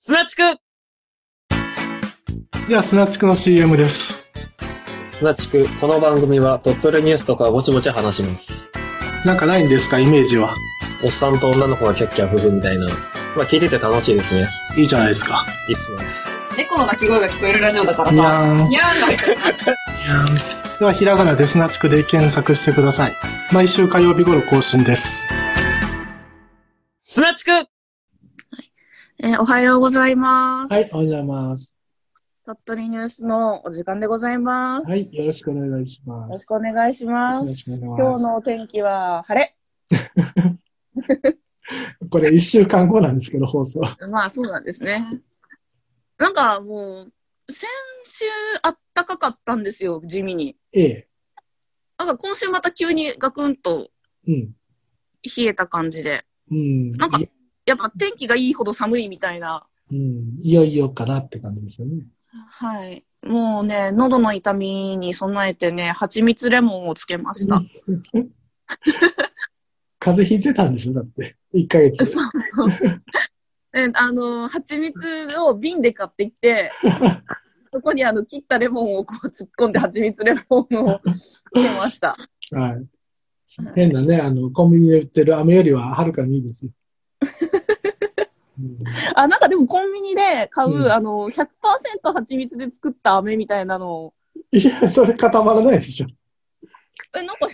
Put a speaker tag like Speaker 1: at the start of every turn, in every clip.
Speaker 1: 砂地区
Speaker 2: では、スナチクの CM です。
Speaker 1: 砂地区、この番組は鳥取ニュースとかぼちぼち話します。
Speaker 2: なんかないんですか、イメージは。
Speaker 1: おっさんと女の子がキャッキャ夫婦みたいな。まあ聞いてて楽しいですね。
Speaker 2: いいじゃないですか。
Speaker 1: いいっすね。
Speaker 3: 猫の鳴き声が聞こえるラジオだから
Speaker 2: に
Speaker 3: さ。
Speaker 2: ゃーん。
Speaker 3: にゃーんが入ってる
Speaker 2: では、ひらがなでスナチクで検索してください。毎週火曜日頃更新です。
Speaker 1: 砂地区
Speaker 4: えーおはようございます。
Speaker 5: はい、おはようございます。
Speaker 4: 鳥取ニュースのお時間でございます。
Speaker 5: はい、よろしくお願いしま
Speaker 4: よろし
Speaker 5: す。
Speaker 4: くお願いし
Speaker 5: よ
Speaker 4: ま
Speaker 5: ろし
Speaker 4: す。
Speaker 5: くお願いし
Speaker 4: 今
Speaker 5: ま
Speaker 4: 日
Speaker 5: す。
Speaker 4: のお天気は晴れ。
Speaker 5: これ1週間後なんですけど、放送。
Speaker 4: まあそうなんですね。なんかもう、先週あったかかったんですよ、地味に。
Speaker 5: ええ。
Speaker 4: なんか今週また急にガクンと
Speaker 5: うん。
Speaker 4: 冷えた感じで。
Speaker 5: うん。
Speaker 4: なんか
Speaker 5: い
Speaker 4: やっぱ天気がいいほど寒いみたいな。
Speaker 5: うん、いよいよかなって感じですよね。
Speaker 4: はい。もうね、喉の痛みに備えてね、蜂蜜レモンをつけました。
Speaker 5: 風邪ひいてたんでしょだって。1ヶ月。
Speaker 4: そうそう。ね、あの、蜂蜜を瓶で買ってき て、そこにあの切ったレモンをこう突っ込んで蜂蜜レモンをつけました。
Speaker 5: はい。変なね、あの、コンビニで売ってる飴よりははるかにいいですよ。うん
Speaker 4: あ、なんかでもコンビニで買う、
Speaker 5: うん
Speaker 4: あの、100%蜂蜜で作った飴みたいなのを、
Speaker 5: いや、 それ固まらないでしょ。
Speaker 4: え、なんか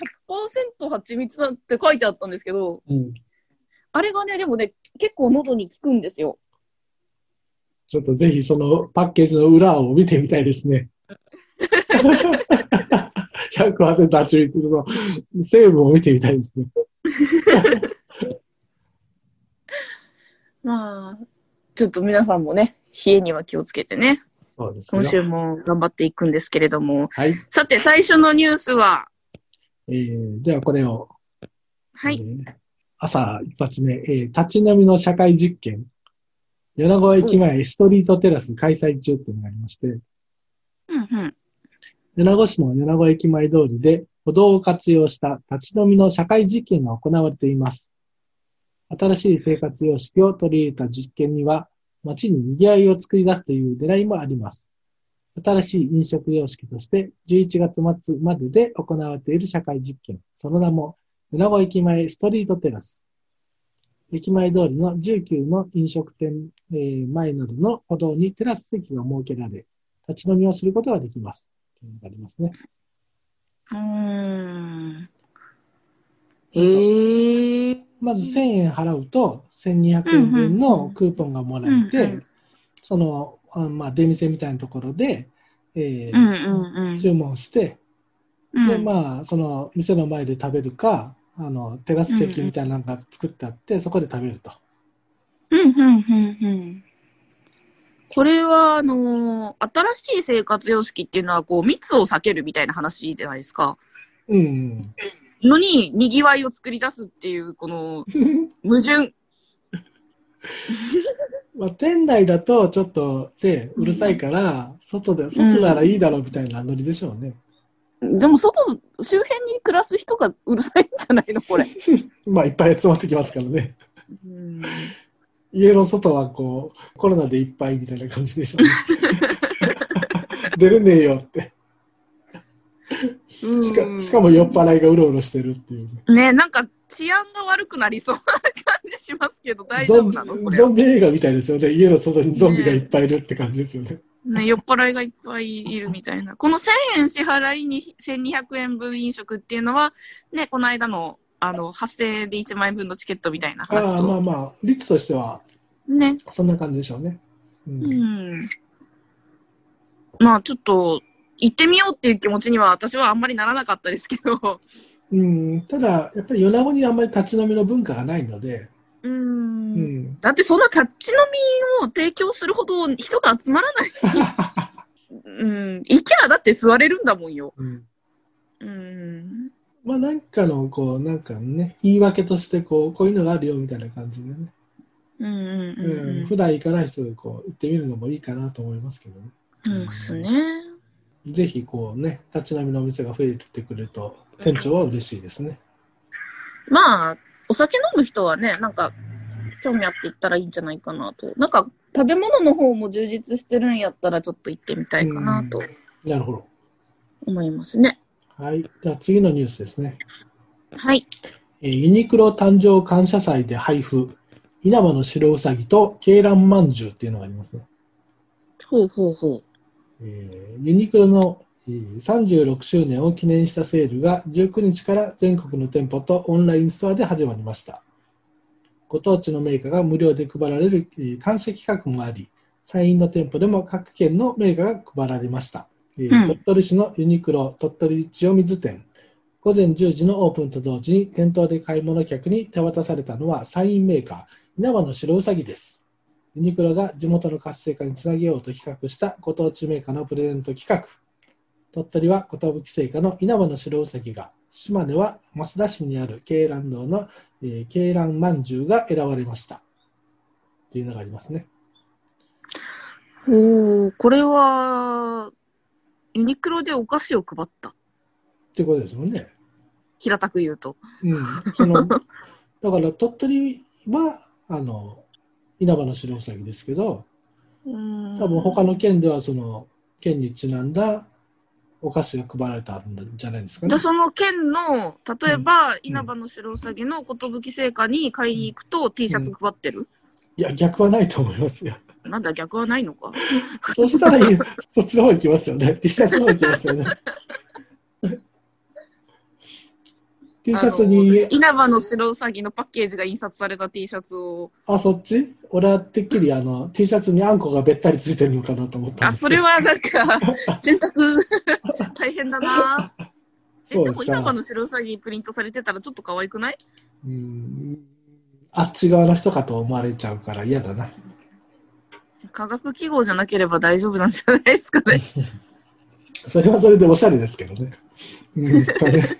Speaker 4: 100%蜂蜜だって書いてあったんですけど、
Speaker 5: うん。
Speaker 4: あれがね、でもね、結構喉に効くんですよ。
Speaker 5: ちょっとぜひそのパッケージの裏を見てみたいで すね。100%アチュリティの成分を見てみたいですね。
Speaker 4: まあ、ちょっと皆さんもね、冷えには気をつけてね、
Speaker 5: そうです
Speaker 4: 今
Speaker 5: よ。
Speaker 4: 週も頑張っていくんですけれども、
Speaker 5: はい。
Speaker 4: さて、最初のニュースは、
Speaker 5: えー、ではこれを、
Speaker 4: はい
Speaker 5: え。ー朝一発目、えー立ち飲みの社会実験。米子駅前ストリートテラス開催中っていうのがありまして、
Speaker 4: うんうん。
Speaker 5: 米子市の米子駅前通りで歩道を活用した立ち飲みの社会実験が行われています。新しい生活様式を取り入れた実験には、街に賑わいを作り出すという狙いもあります。新しい飲食様式として、11月末までで行われている社会実験、その名も、米子駅前ストリートテラス。駅前通りの19の飲食店えー前などの歩道にテラス席が設けられ、立ち飲みをすることができます。というのがありますね。
Speaker 4: うーん。へえ。
Speaker 5: まず1000円払うと、1200円分のクーポンがもらえて、
Speaker 4: うんうん
Speaker 5: その、あまあ、出店みたいなところで、えー
Speaker 4: うんうん
Speaker 5: 注文して、
Speaker 4: うん。
Speaker 5: で、まあ、その、店の前で食べるか、あの、テラス席みたいなのが作ってあって、そこで食べると。
Speaker 4: うんうんうんうん。これは、あのー新しい生活様式っていうのは、こう、密を避けるみたいな話じゃないですか。
Speaker 5: うん。
Speaker 4: のに、にぎわいを作り出すっていう、この、矛盾。
Speaker 5: まあ、店内だと、ちょっと、で、うるさいから、外で、外ならいいだろうみたいなノリでしょうね。
Speaker 4: でも、外、周辺に暮らす人がうるさいんじゃないの、これ。
Speaker 5: まあ、いっぱい集まってきますからね。
Speaker 4: うん
Speaker 5: 家の外はこうコロナでいっぱいみたいな感じでしょうね出れねえよってしかしかも酔っ払いがうろうろしてるっていうね
Speaker 4: ね、なんか、治安が悪くなりそうな感じしますけど、大丈
Speaker 5: ゾン
Speaker 4: 夫
Speaker 5: ビ
Speaker 4: なのこれ
Speaker 5: ゾンビ映画みたいですよね家の外にゾンビがいっぱいいるって感じですよね
Speaker 4: ね、酔っ払いがいっぱいいるみたいな。この1000円支払いに1200円分飲食っていうのは、ね、この間の、あの、8000円で1万円分のチケットみたいな話
Speaker 5: ああま
Speaker 4: と。
Speaker 5: あまあ率としては
Speaker 4: ね。
Speaker 5: そんな感じでしょうね、うん
Speaker 4: うん。まあ、ちょっと、行ってみようっていう気持ちには私はあんまりならなかったですけど。
Speaker 5: うんただやっぱり米子にあんまり立ち飲みの文化がないので、
Speaker 4: う。
Speaker 5: うんん、
Speaker 4: だってそんな立ち飲みを提供するほど人が集まら ない。うん。行きゃだって座れるんだもんよ。
Speaker 5: うん
Speaker 4: うん。
Speaker 5: まあなんかのこうなんかね言い訳としてこうこういうのがあるよみたいな感じでね
Speaker 4: うんうんうんうん。
Speaker 5: うん、普段行かない人でこう行ってみるのもいいかなと思いますけどね。
Speaker 4: そうですね。
Speaker 5: ぜひこうね、立ち飲みのお店が増えてくれると、店長は嬉しいですね。
Speaker 4: まあ、お酒飲む人はね、なんか、興味あって行ったらいいんじゃないかなと。なんか、食べ物の方も充実してるんやったら、ちょっと行ってみたいかなと
Speaker 5: なるほど。
Speaker 4: 思いますね。
Speaker 5: はい。では次のニュースですね。
Speaker 4: はい。
Speaker 5: えーユニクロ誕生感謝祭で配布、稲葉の白うさぎと鶏卵まんじゅうっていうのがありますね。
Speaker 4: ほうほうほ
Speaker 5: えーユニクロのえー36周年を記念したセールが19日から全国の店舗とオンラインストアで始まりました。ご当地のメーカーが無料で配られるえー感謝企画もあり、サインの店舗でも各県のメーカーが配られました。えー
Speaker 4: うん
Speaker 5: 鳥取市のユニクロ鳥取塩水店、午前10時のオープンと同時に店頭で買い物客に手渡されたのはサインメーカー、稲葉の白うさぎです。ユニクロが地元の活性化につなげようと企画したご当地メーカーのプレゼント企画。鳥取は寿製菓の稲葉の白うさぎが、島根は益田市にある鶏卵堂のえー鶏卵まんじゅうが選ばれました。っていうのがありますね。
Speaker 4: う。ほう、これは、ユニクロでお菓子を配った。
Speaker 5: ってことですもんね。
Speaker 4: 平たく言うと。
Speaker 5: うん。その、だ から鳥取は、あの、稲葉の白うさぎですけど、
Speaker 4: うん
Speaker 5: 多分他の県ではその、県にちなんだお菓子が配られたんじゃないですかね
Speaker 4: で。その県の例えば、稲葉の白うさぎの寿製菓に買いに行くと T シャツ配ってる、
Speaker 5: いや、逆はないと思いますよ。
Speaker 4: なんだ逆はないのか
Speaker 5: そしたらいい、そっちの方行きますよね。T シャツの方行きますよね。T シャツ
Speaker 4: あの
Speaker 5: に、
Speaker 4: 稲葉の白うさぎのパッケージが印刷された T シャツを
Speaker 5: あ、そっち俺はてっきりあの T シャツにあんこがべったりついてるのかなと思ったん
Speaker 4: あ
Speaker 5: です
Speaker 4: そ
Speaker 5: けど。
Speaker 4: れは なんか洗濯 大変だなえ
Speaker 5: そう
Speaker 4: で
Speaker 5: で
Speaker 4: も
Speaker 5: す
Speaker 4: 稲葉
Speaker 5: か。
Speaker 4: の白うさぎプリントされてたらちょっと可愛くない
Speaker 5: うんあっち側の人かと思われちゃうから嫌だな。
Speaker 4: 科学記号じゃなければ大丈夫なんじゃないですかね
Speaker 5: それはそれでおしゃれですけどね。うんとね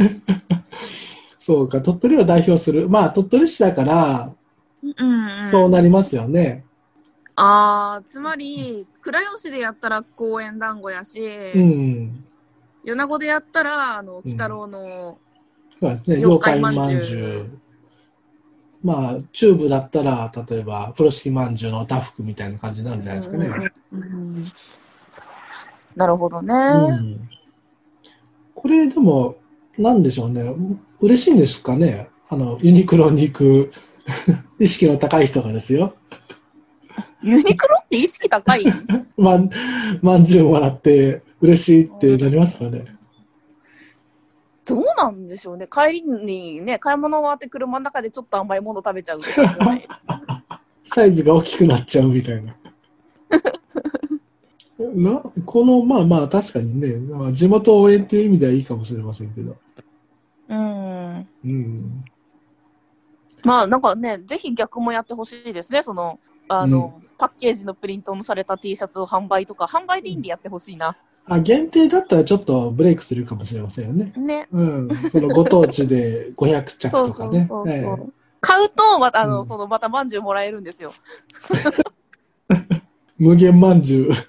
Speaker 5: そうか、鳥取を代表する。まあ、鳥取市だから、
Speaker 4: うん、うん、
Speaker 5: そうなりますよね。
Speaker 4: あーつまり倉吉でやったら公園団子やし、
Speaker 5: うん
Speaker 4: 米子でやったら、あの、
Speaker 5: うん
Speaker 4: 鬼太郎の、
Speaker 5: そうですね、妖
Speaker 4: 妖
Speaker 5: 怪
Speaker 4: 怪
Speaker 5: ま
Speaker 4: ま
Speaker 5: ん
Speaker 4: ん
Speaker 5: じ
Speaker 4: じ
Speaker 5: ゅ
Speaker 4: ゅ
Speaker 5: う
Speaker 4: う。
Speaker 5: まあ、チューブだったら、例えば、風呂敷まんじゅうのダフクみたいな感じになるんじゃないですかね。
Speaker 4: うんなるほどね。
Speaker 5: うんこれ、でも、なんでしょうね。嬉しいんですかね。あの、ユニクロに行く、意識の高い人がですよ。
Speaker 4: ユニクロって意識高い
Speaker 5: まん、まんじゅうもらって、嬉しいってなりますかね。
Speaker 4: どうなんでしょうね。帰りにね、買い物終わって車の中でちょっと甘いもの食べちゃうとかじゃ ない。
Speaker 5: サイズが大きくなっちゃうみたい な。なこのまあまあ確かにね、まあ地元応援っていう意味ではいいかもしれませんけど、
Speaker 4: うん。
Speaker 5: うん、
Speaker 4: まあ、なんかね、ぜひ逆もやってほしいですね。その、あの、パッケージのプリントのされた T シャツを販売とか、販売でいいんでやってほしいな。
Speaker 5: あ限定だったらちょっとブレイクするかもしれませんよね。
Speaker 4: ね。
Speaker 5: うん、そのご当地で500着
Speaker 4: そうそ
Speaker 5: とか
Speaker 4: う
Speaker 5: ね。
Speaker 4: そう
Speaker 5: え
Speaker 4: そう。買うと、また、あの、
Speaker 5: うん
Speaker 4: その、また饅頭もらえるんですよ。
Speaker 5: え無限まんじゅう。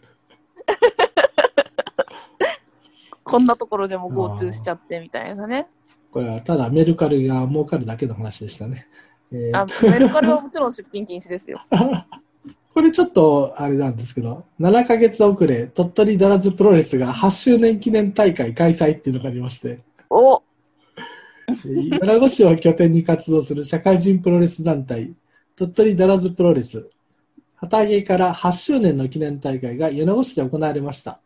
Speaker 4: こんなところでも GoTo しちゃってみたいなね。
Speaker 5: これはただメルカリが儲かるだけの話でしたね。えー
Speaker 4: あメルカリはもちろん出品禁止ですよ。
Speaker 5: これちょっとあれなんですけど、7ヶ月遅れ、鳥取ダラズプロレスが8周年記念大会開催っていうのがありまして、
Speaker 4: お
Speaker 5: 米子市を拠点に活動する社会人プロレス団体、鳥取ダラズプロレス、旗揚げから8周年の記念大会が米子市で行われました。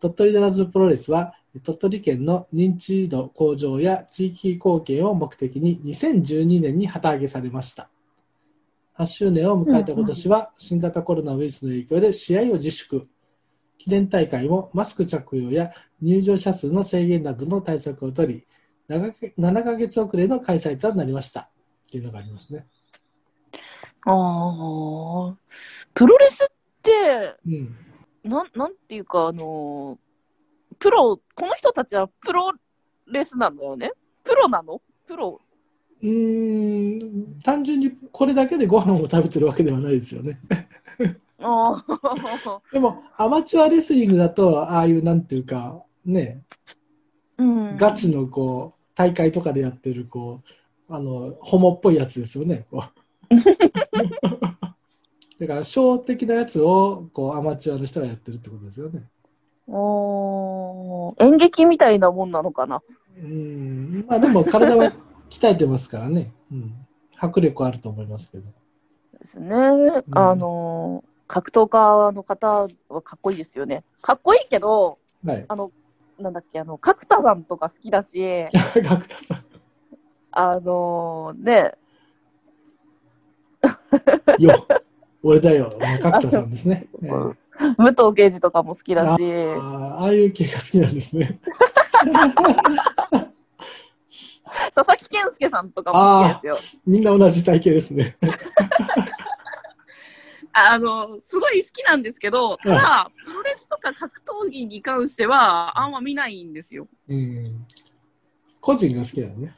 Speaker 5: 鳥取ダラズプロレスは、鳥取県の認知度向上や地域貢献を目的に2012年に旗揚げされました。8周年を迎えた今年は、新型コロナウイルスの影響で試合を自粛。記念大会もマスク着用や入場者数の制限などの対策を取り、7か7ヶ月遅れの開催となりましたっていうのがありますね。
Speaker 4: ああ。プロレスって、
Speaker 5: うん、
Speaker 4: なんなんていうか、あのープロ、この人たちはプロレスなんだよね。プロなのプロ。
Speaker 5: うーん単純にこれだけでご飯を食べてるわけではないですよね。
Speaker 4: ああ。
Speaker 5: でもアマチュアレスリングだとああいうなんていうかね
Speaker 4: うん
Speaker 5: ガチのこう大会とかでやってるこうあのホモっぽいやつですよね。こう だから、小的なやつを、こう、アマチュアの人がやってるってことですよね。
Speaker 4: おー演劇みたいなもんなのかな。
Speaker 5: うん。まあ、でも、体は鍛えてますからね。うん。迫力あると思いますけど。
Speaker 4: ですね。あの格闘家の方はかっこいいですよね。かっこいいけど、
Speaker 5: はい。
Speaker 4: なんだっけあの角田さんとか好きだし、
Speaker 5: 角田さん。
Speaker 4: あのね
Speaker 5: よ。俺だよ。まあ角田さんですね。ええ
Speaker 4: 武藤刑事とかも好きだし、
Speaker 5: あーああいう系が好きなんですね。
Speaker 4: 佐々木健介さんとかも好きですよ。
Speaker 5: みんな同じ体型ですね。
Speaker 4: あのすごい好きなんですけど、ただ、プロレスとか格闘技に関しては、あんま見ないんですよ。
Speaker 5: うん。個人が好きだよね。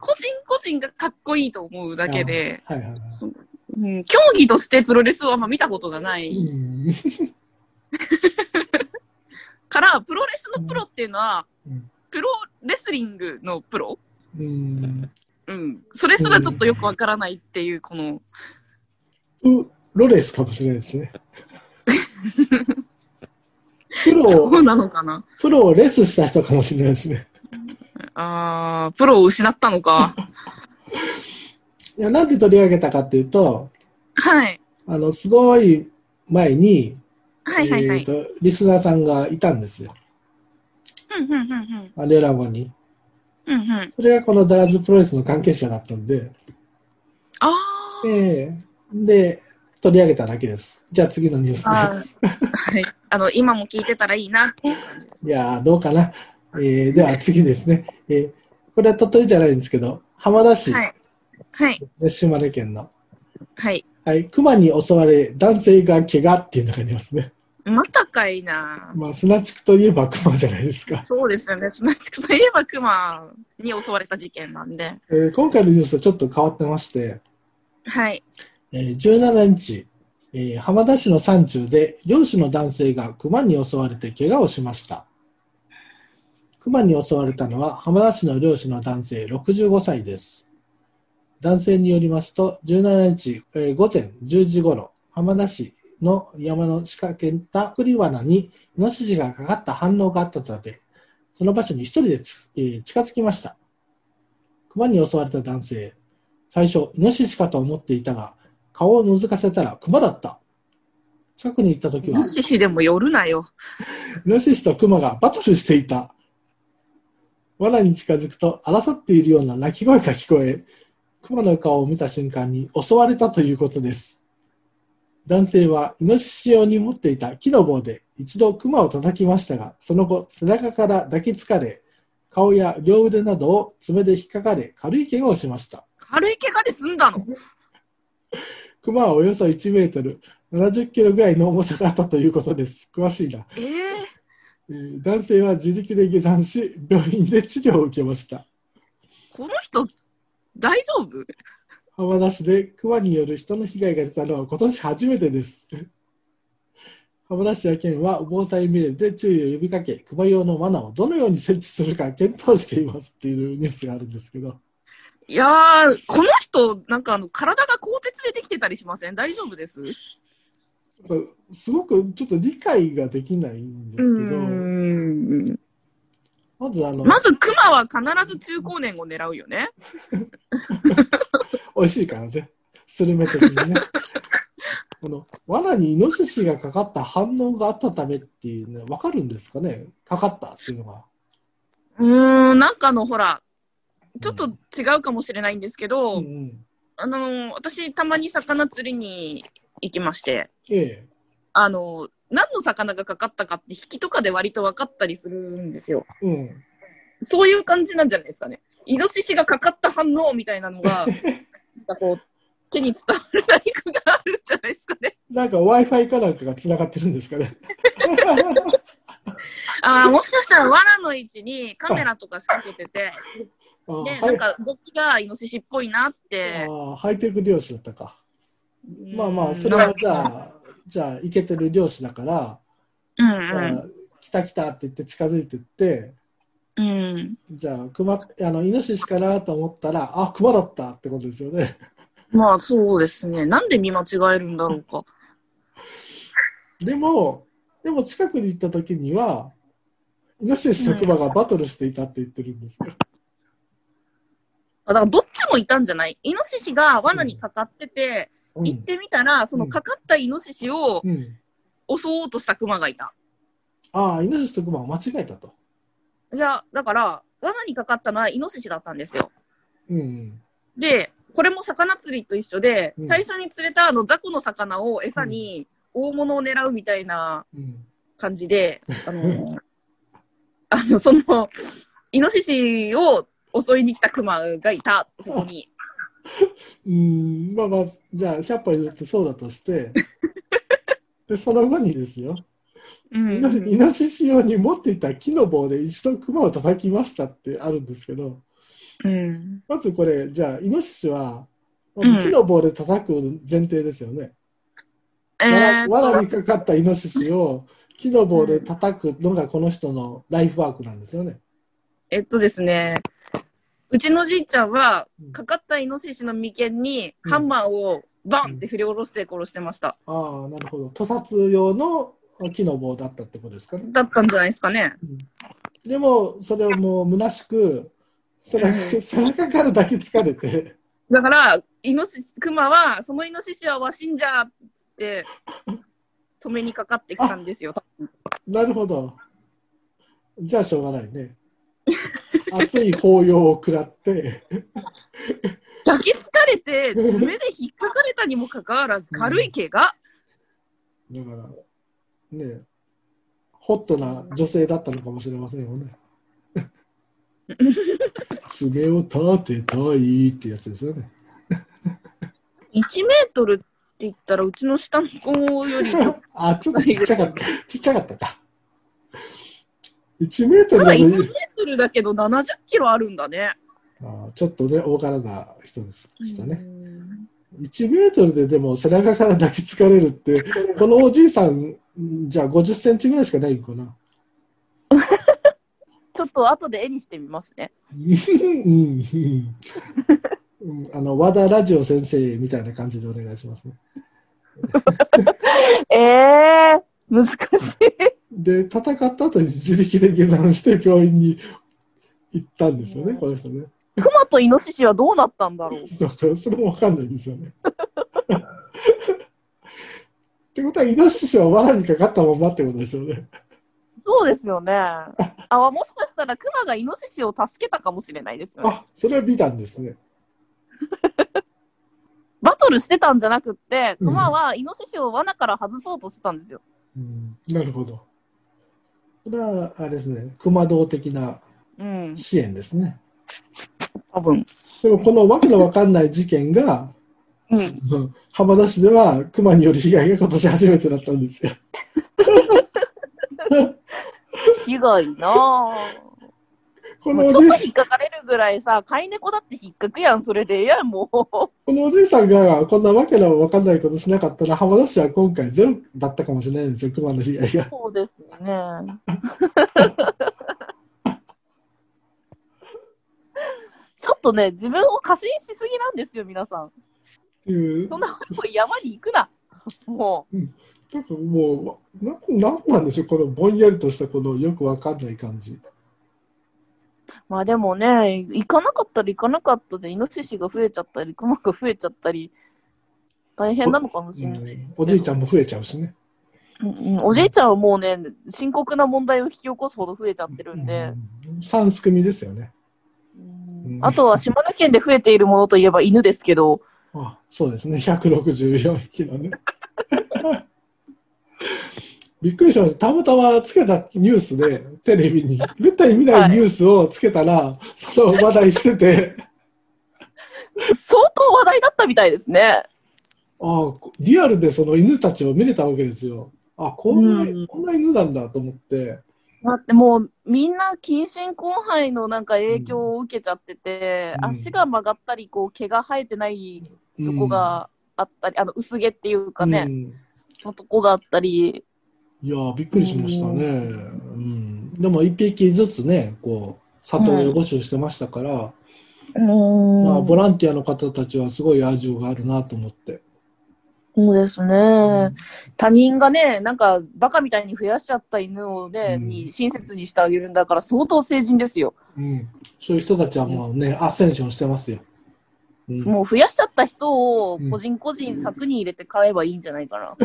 Speaker 4: 個人個人がかっこいいと思うだけで、
Speaker 5: はいはいはい。
Speaker 4: うん、競技としてプロレスをあんま見たことがない
Speaker 5: うん
Speaker 4: から、プロレスのプロっていうのは、
Speaker 5: うん
Speaker 4: プロレスリングのプロ、
Speaker 5: うん。
Speaker 4: うん、それすらちょっとよくわからないっていう、この、
Speaker 5: うロレスかもしれないしね。プロ
Speaker 4: そ
Speaker 5: を
Speaker 4: う、なのかな。
Speaker 5: プロをレスした人かもしれないしね。
Speaker 4: あープロを失ったのか。
Speaker 5: いや、なんで取り上げたかっていうと、
Speaker 4: はい。
Speaker 5: あの、すごい前に、
Speaker 4: はいはいはい。
Speaker 5: えーと、リスナーさんがいたんですよ。
Speaker 4: うんうんうんうん。
Speaker 5: アレラボに。
Speaker 4: うんうん。
Speaker 5: それがこのダラズプロレスの関係者だったんで、
Speaker 4: あ
Speaker 5: ええで、取り上げただけです。じゃあ次のニュースです。
Speaker 4: あ。はい。あの、今も聞いてたらいいなっていう感じです。
Speaker 5: いやー、どうかな。えーでは次ですね、えーこれは鳥取じゃないんですけど、浜田市、
Speaker 4: はい。はい。
Speaker 5: 島根県の。
Speaker 4: はい。
Speaker 5: はい、熊に襲われ、男性が怪我っていうのがありますね。
Speaker 4: またかいな。
Speaker 5: まあ、砂地区といえば熊じゃないですか。
Speaker 4: そうですよね。スナチクといえばクマに襲われた事件なんで。
Speaker 5: えー今回のニュースはちょっと変わってまして、
Speaker 4: はい。
Speaker 5: えー17日、えー浜田市の山中で漁師の男性が熊に襲われて怪我をしました熊に襲われたのは浜田市の漁師の男性65歳です男性によりますと17日、えー午前10時ごろ浜田市の山の仕掛けた栗罠にイノシシがかかった反応があったためその場所に一人でつ、えー近づきました熊に襲われた男性最初イノシシかと思っていたが顔を覗かせたらクマだった近くに行った時
Speaker 4: イ
Speaker 5: は
Speaker 4: ノシシでも寄るなよ。
Speaker 5: イノシシとクマがバトルしていた。罠に近づくと争っているような鳴き声が聞こえ、クマの顔を見た瞬間に襲われたということです。男性はイノシシ用に持っていた木の棒で一度クマを叩きましたが、その後背中から抱きつかれ、顔や両腕などを爪で引っかかれ軽い怪我をしました。
Speaker 4: 軽い怪我で済んだの。
Speaker 5: クマはおよそ1メートル、70キロぐらいの重さがあったということです。詳しいな。
Speaker 4: ええ
Speaker 5: えー男性は自力で下山し病院で治療を受けました
Speaker 4: この人、大丈夫
Speaker 5: 浜田市で熊による人の被害が出たのは今年初めてです浜田市や県は防災メールで注意を呼びかけ熊用の罠をどのように設置するか 検討していますっていうニュースがあるんですけど
Speaker 4: いやー、この人、なんかあの、体が鋼鉄でできてたりしません大丈夫です
Speaker 5: なんかすごくちょっと理解ができないんですけど
Speaker 4: ん。
Speaker 5: まずあの
Speaker 4: まず、クマは必ず中高年を狙うよね。
Speaker 5: 美味しいからねスルメ的に ねこの罠にイノシシがかかった反応があったためっていうね分かるんですかねかかったっていうのが
Speaker 4: うーん、なんかあの、ほら、ちょっと違うかもしれないんですけど、
Speaker 5: うんうん
Speaker 4: あの、私、たまに魚釣りに行きまして、
Speaker 5: え
Speaker 4: あの、何の魚がかかったかって、引きとかで割と分かったりするんですよ。
Speaker 5: えうん
Speaker 4: そういう感じなんじゃないですかね。イノシシがかかった反応みたいなの が、なんかこう、手に伝わる何かがあるんじゃないですかね。
Speaker 5: なんか w i f i かなんかがつながってるんですかね
Speaker 4: ああ、もしかしたら罠の位置にカメラとか仕掛けてて、
Speaker 5: あー
Speaker 4: で、
Speaker 5: は
Speaker 4: なん
Speaker 5: い
Speaker 4: か動きがイノシシっぽいなって。
Speaker 5: あーハイテク漁師だったか、
Speaker 4: うん
Speaker 5: まあまあそれはじゃ
Speaker 4: なんか
Speaker 5: あじゃあイケてる漁師だから、
Speaker 4: うん
Speaker 5: 来た来たって言って近づいてって
Speaker 4: うん。うん。
Speaker 5: じゃあ熊あのイノシシかなと思ったらあ熊だったってことですよね
Speaker 4: まあそうですね。なんで見間違えるんだろうか。
Speaker 5: でも、でも近くに行った時には、イノシシとクマがバトルしていたって言ってるんですよ。
Speaker 4: あだからどっちもいたんじゃないイノシシが罠にかかってて、
Speaker 5: う
Speaker 4: 行っ
Speaker 5: ん。
Speaker 4: てみたら、そうの
Speaker 5: ん
Speaker 4: かかったイノシシを
Speaker 5: うん、
Speaker 4: 襲おうとしたクマがいた。
Speaker 5: ああ、イノシシとクマを間違えたと。
Speaker 4: いや、だから、罠にかかったのはイノシシだったんですよ。
Speaker 5: うん。
Speaker 4: で、これも魚釣りと一緒で、
Speaker 5: うん
Speaker 4: 最初に釣れたあの雑魚の魚を餌に大物を狙うみたいな
Speaker 5: うん。
Speaker 4: 感じで、あの、 あのその、イノシシを襲いに来たクマがいた、そこに。
Speaker 5: うん、まあまあ、じゃあ、100歩譲ってそうだと して、で、その後にですよ、
Speaker 4: う
Speaker 5: イノシイ
Speaker 4: ん、
Speaker 5: ノシシ用に持っていた木の棒で一度クマを叩きましたってあるんですけど、
Speaker 4: うん、
Speaker 5: まずこれ、じゃあ、イノシシは、まず木の棒で叩く前提ですよね。
Speaker 4: えーっ
Speaker 5: わら
Speaker 4: と
Speaker 5: 罠にかかったイノシシを木の棒で叩くのがこの人のライフワークなんですよね。
Speaker 4: えっとですね、うちのじいちゃんは
Speaker 5: うん、
Speaker 4: かかったイノシシの眉間に
Speaker 5: うん
Speaker 4: ハンマーをバンって振り下ろして殺してました。
Speaker 5: ああ、なるほど。屠殺用の木の棒だったってことですかね。
Speaker 4: だったんじゃないですかね。
Speaker 5: でも、それをもう虚しく、背中背中から抱きつかれて、
Speaker 4: だから、イノシシ、クマは、そのイノシシはわしんじゃーっつって、止めにかかってきたんですよ。
Speaker 5: なるほど。じゃあ、しょうがな いね。熱い抱擁を食らって、
Speaker 4: 抱きつかれて、爪で引っかかれたにもかかわらず、
Speaker 5: うん
Speaker 4: 軽い怪我。
Speaker 5: だから、ね、ホットな女性だったのかもしれませんよね。 爪を立てたいってやつですよね。
Speaker 4: 1メートルって言ったら、うちの下の子より、
Speaker 5: あ、ちょっとちっちゃかった。ちっちゃかったか。1メート
Speaker 4: た
Speaker 5: ル
Speaker 4: だ
Speaker 5: だと
Speaker 4: 1メートルだけど70キロあるんだね。
Speaker 5: あちょっとね、大柄な人でしたね。
Speaker 4: うん
Speaker 5: 1メートルででも背中から抱きつかれるって、このおじいさん、じゃあ50センチぐらいしかないんかな。
Speaker 4: ちょっと後で絵にしてみますね。
Speaker 5: うんうんうんあの和田ラジオ先生みたいな感じでお願いしますね。
Speaker 4: ええ難しい。
Speaker 5: で、戦った後に自力で下山して病院に行ったんですよね、この人ね。
Speaker 4: クマとイノシシはどうなったんだろう。
Speaker 5: だからそれもわかんないんですよね。 ってことは、イノシシは罠にかかったまんまってことですよね。
Speaker 4: そうですよね。あ、もしかしたらクマがイノシシを助けたかもしれないですよね。
Speaker 5: あそれは美談ですね。
Speaker 4: バトルしてたんじゃなくって、クマはイノシシを罠から外そうとしてたんですよ。
Speaker 5: うん、なるほど。これは、あれですね、熊道的な
Speaker 4: うん、
Speaker 5: 支援ですね。
Speaker 4: 多分。
Speaker 5: でも、このわけのわかんない事件が、
Speaker 4: うん。
Speaker 5: うん 浜田市では熊による被害が今年初めてだった んですよ。
Speaker 4: 被害な ぁ。
Speaker 5: こ
Speaker 4: も
Speaker 5: のお
Speaker 4: うち
Speaker 5: じ
Speaker 4: ょっ
Speaker 5: いさ
Speaker 4: と
Speaker 5: ん
Speaker 4: 引っかかれるぐらいさ、飼い猫だって引っかくやん、それで。いや、もう。
Speaker 5: このおじいさんがこんなわけのわかんないことしなかったら、浜田市は今回ゼロだったかもしれないんですよ、熊の被害が。
Speaker 4: そうです ね。ちょっとね、自分を過信しすぎなんですよ、皆さん。
Speaker 5: っていう
Speaker 4: そんなこと山に行くな。も
Speaker 5: なんかもう、ななんなんでしょう、このぼんやりとしたこのよくわかんない感じ。
Speaker 4: う。まあでもね、行かなかったり行かなかったで、イノシシが増えちゃったり、クマが増えちゃったり、大変なのかもし
Speaker 5: う
Speaker 4: れない。
Speaker 5: ん、おじいちゃんも増えちゃうしね。
Speaker 4: うんうんおじいちゃんはもうね、深刻な問題を引き起こすほど増えちゃってるんで、
Speaker 5: うん三すくみですよね。
Speaker 4: うん
Speaker 5: うん
Speaker 4: あとは島根県で増えているものといえば犬ですけど、
Speaker 5: あそうですね、164匹のね。 びっくりしました。たまたまつけたニュースで、テレビに、めったに見ないニュースをつけたら、その話題してて、
Speaker 4: 相当話題だったみたいですね。
Speaker 5: あリアルでその犬たちを見れたわけですよ。あこんな、
Speaker 4: うん
Speaker 5: こんな犬なんだと思って。
Speaker 4: だってもうみんな近親交配のなんか影響を受けちゃってて、
Speaker 5: うん
Speaker 4: 足が曲がったりこう毛が生えてないとこがあったり、あの薄毛っていうか
Speaker 5: う
Speaker 4: ね、
Speaker 5: ん
Speaker 4: のとこがあったり
Speaker 5: いやーびっくりしましたね。うん、でも一匹ずつね、こう、里を汚しをしてましたから、まあ、ボランティアの方たちはすごい愛情があるなと思って。
Speaker 4: そうですね、
Speaker 5: うん
Speaker 4: 他人がね、なんかバカみたいに増やしちゃった犬をね、
Speaker 5: うん
Speaker 4: に親切にしてあげるんだから、相当成人ですよ。
Speaker 5: うん、そういう人たちはもうね、アッセンションしてますよ。
Speaker 1: うん
Speaker 4: もう増やしちゃった人を
Speaker 5: うん
Speaker 4: 個人個人柵に入れて買えばいいんじゃないかな。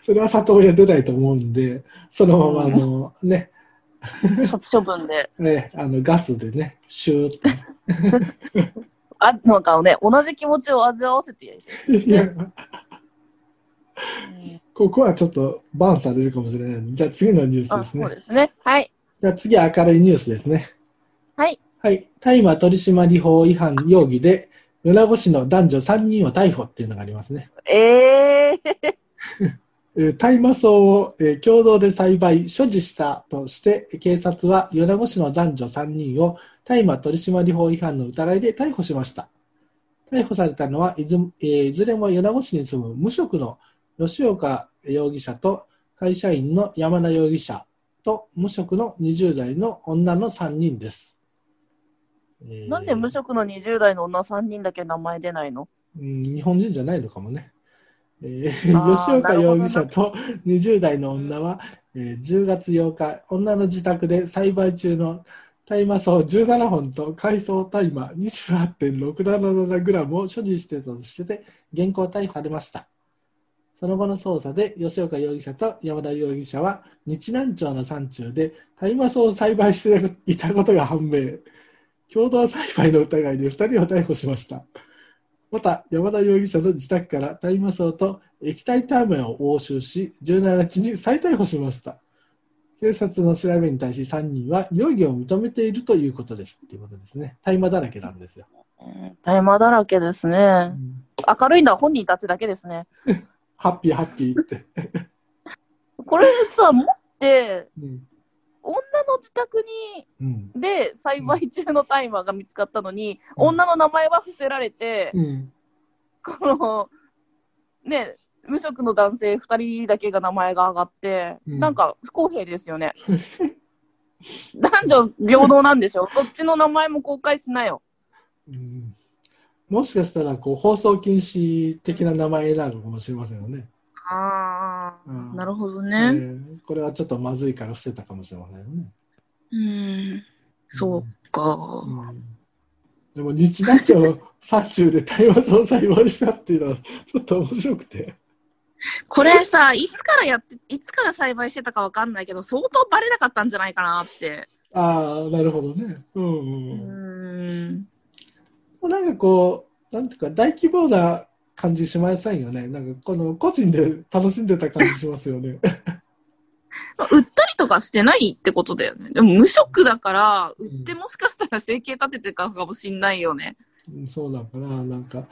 Speaker 5: それは里親出ないと思うんで、そのままあの、ね、
Speaker 4: 殺処分で。
Speaker 5: ね、あのガスでね、シューって。
Speaker 4: あなんかね、同じ気持ちを味わわせてやる。
Speaker 5: いや、ここはちょっとバンされるかもしれないんで。じゃあ次のニュース
Speaker 4: あ
Speaker 5: です
Speaker 4: そう
Speaker 5: ね。
Speaker 4: ですね。はい。
Speaker 5: じゃあ次は明るいニュースですね。
Speaker 4: はい。
Speaker 5: はい。大麻取締法違反容疑で、米子市の男女3人を逮捕っていうのがありますね。
Speaker 4: えー、
Speaker 5: えー大麻草を、えー共同で栽培、所持したとして、警察は米子市の男女3人を大麻取締法違反の疑いで逮捕しました。逮捕されたのはいず,、えーいずれも米子市に住む無職の吉岡容疑者と会社員の山田容疑者と無職の20代の女の3人です。えー
Speaker 4: なんで無職の20代の女3人だけ名前出ないの
Speaker 5: うん日本人じゃないのかもね。えー
Speaker 4: あー
Speaker 5: 吉岡
Speaker 4: なるほど
Speaker 5: 容
Speaker 4: な
Speaker 5: 疑者と20代の女は、えー10月8日、女の自宅で栽培中の大麻草17本と海藻大麻28.677グラムを所持していたとして現行逮捕されました。その後の捜査で吉岡容疑者と山田容疑者は日南町の山中で大麻草を栽培していたことが判明。共同栽培の疑いで2人を逮捕しました。また山田容疑者の自宅から大麻草と液体ターメンを押収し17日に再逮捕しました警察の調べに対し3人は容疑を認めているということですっていうことですね大麻だらけなんですよ、
Speaker 4: うん大麻だらけですね。明るいのは本人たちだけですね。
Speaker 5: ハッピーハッピーって、
Speaker 4: これさ、持って、
Speaker 5: うん
Speaker 4: 女の自宅に
Speaker 5: うん
Speaker 4: で栽培中の大麻が見つかったのに、
Speaker 5: うん
Speaker 4: 女の名前は伏せられて、
Speaker 5: うん、
Speaker 4: このね無職の男性2人だけが名前が上がって、
Speaker 5: うん
Speaker 4: なんか不公平ですよ ね男女平等なんでしょどっちの名前も公開しなよ
Speaker 5: うんもしかしたらこう放送禁止的な名前なのかもしれませんよね、
Speaker 4: あ
Speaker 5: あーな
Speaker 4: るほど
Speaker 5: えーこれはちょっとまずいから伏せたかもしれませんよね
Speaker 4: うんうか
Speaker 5: でも日南町の山中で対話総裁をしたっていうのはちょっと面白くて
Speaker 4: これさいつからやっていつから栽培してたかわかんないけど相当バレなかったんじゃないかなって
Speaker 5: ああなるほどねうんうん、うん、
Speaker 4: ん
Speaker 5: なんかこうなんていうか大規模な感じしませんよねなんかこの個人で楽しんでた感じしますよ ね
Speaker 4: まあ売ったりとかしてないってことだよね。でも無職だから、売ってもしかしたら生計立ててたかもしんないよね。
Speaker 5: うんそうなのかななんか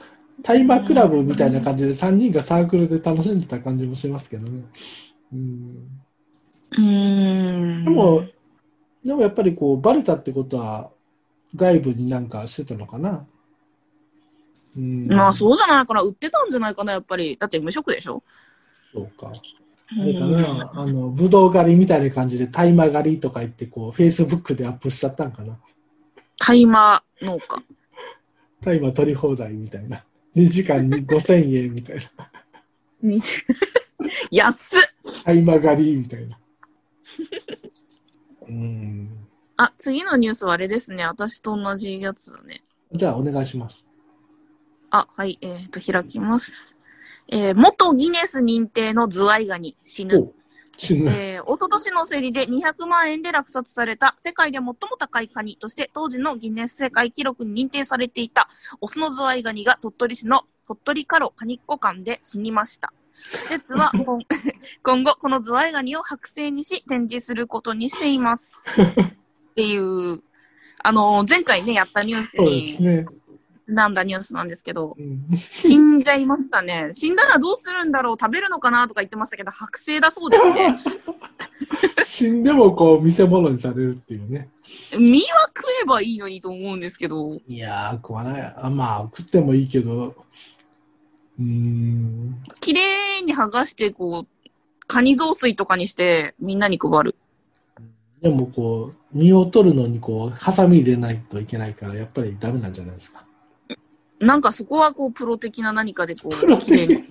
Speaker 5: 大麻クラブみたいな感じで3人がサークルで楽しんでた感じもしますけどねうん
Speaker 4: うん
Speaker 5: でも、でもやっぱりこう、バレたってことは、外部になんかしてたのかな。うん、
Speaker 4: まあ
Speaker 5: う
Speaker 4: そうじゃないかな。売ってたんじゃないかな、やっぱり。だって無職でしょ。
Speaker 5: そうか。あれかな、あの、ぶどう狩りみたいな感じで、大麻狩りとか言って、こう、フェイスブックでアップしちゃったんかな。
Speaker 4: 大麻農 家。
Speaker 5: 大麻取り放題みたいな。2時間に5000円み たいな。
Speaker 4: 安っ
Speaker 5: 大麻狩りみたいな。うん。
Speaker 4: あ、次のニュースはあれですね。私と同じやつだね。
Speaker 5: じゃあ、お願いします。
Speaker 4: あ、はい、えっ、と、開きます。えー元ギネス認定のズワイガニ死ぬ。
Speaker 5: お死ぬ。
Speaker 4: えー、おととしの競りで200万円で落札された世界で最も高いカニとして当時のギネス世界記録に認定されていたオスのズワイガニが鳥取市の鳥取カロカニッコ館で死にました。施設 は今今後このズワイガニを剥製にし展示することにしています。っていう、あのー前回ね、やったニュース
Speaker 5: そうです
Speaker 4: に
Speaker 5: ね。
Speaker 4: ちなんだニュースなんですけど、
Speaker 5: うん
Speaker 4: 死んじゃいましたね。死んだらどうするんだろう食べるのかなとか言ってましたけど、剥製だそうですね。
Speaker 5: 死んでも、こう、見せ物にされるっていうね。
Speaker 4: 身は食えばいいのにと思うんですけど、
Speaker 5: いやー、食わない。あまあ、食ってもいいけど、うーん、
Speaker 4: 綺麗に剥がして、こう、カニ雑炊とかにして、みんなに配る。
Speaker 5: でもこう、身を取るのにこう、ハサミ入れないといけないから、やっぱりダメなんじゃないですか。
Speaker 4: なんかそこはこうプロ的な何かでこ
Speaker 5: プロ
Speaker 4: う
Speaker 5: 的
Speaker 4: 綺麗に。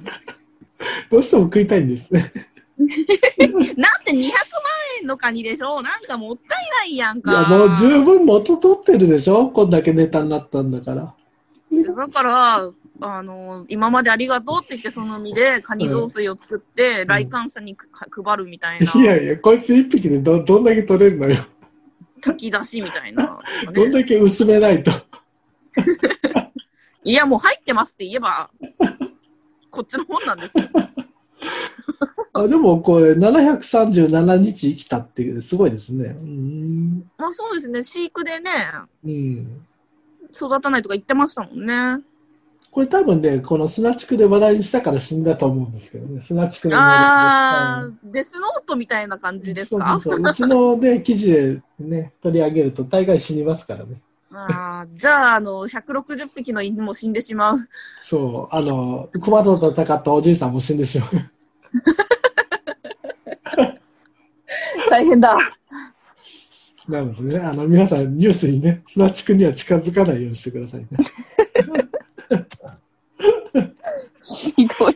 Speaker 5: どうしても食いたいんです。
Speaker 4: なんて200万円のカニでしょなんかもったいないやん
Speaker 5: い
Speaker 4: か。
Speaker 5: や、もう十分元取ってるでしょこんだけネタになったんだから。、
Speaker 4: だから、あの、今までありがとうって言ってその身でカニ雑炊を作って、来館者にか配るみたいない
Speaker 5: やいや、こいつ一匹でどどんだけ取れるのよ。
Speaker 4: 炊き出しみたいな、
Speaker 5: どんだけ薄めないと。
Speaker 4: いや、もう入ってますって言えば、こっちのもんなんですよ。
Speaker 5: あでもこれ、737日生きたっていう、すごいですね。うん。
Speaker 4: まあそうですね、飼育でね、
Speaker 5: うん。
Speaker 4: 育たないとか言ってましたもんね。
Speaker 5: これ多分ね、この砂地区で話題にしたから死んだと思うんですけどね。砂地区の。
Speaker 4: あ
Speaker 5: うん
Speaker 4: ー、デスノートみたいな感じです
Speaker 5: そう
Speaker 4: か
Speaker 5: そうそう。うちのね、記事でね、取り上げると大概死にますからね。
Speaker 4: あーじゃあ、あの、160匹の犬も死んでしまう。
Speaker 5: そう、あの、熊と戦ったおじいさんも死んでしまう。
Speaker 4: 大変だ。
Speaker 5: なのでね、あの皆さん、ニュースにね、砂地区には近づかないようにしてくださいね。
Speaker 4: ひどい。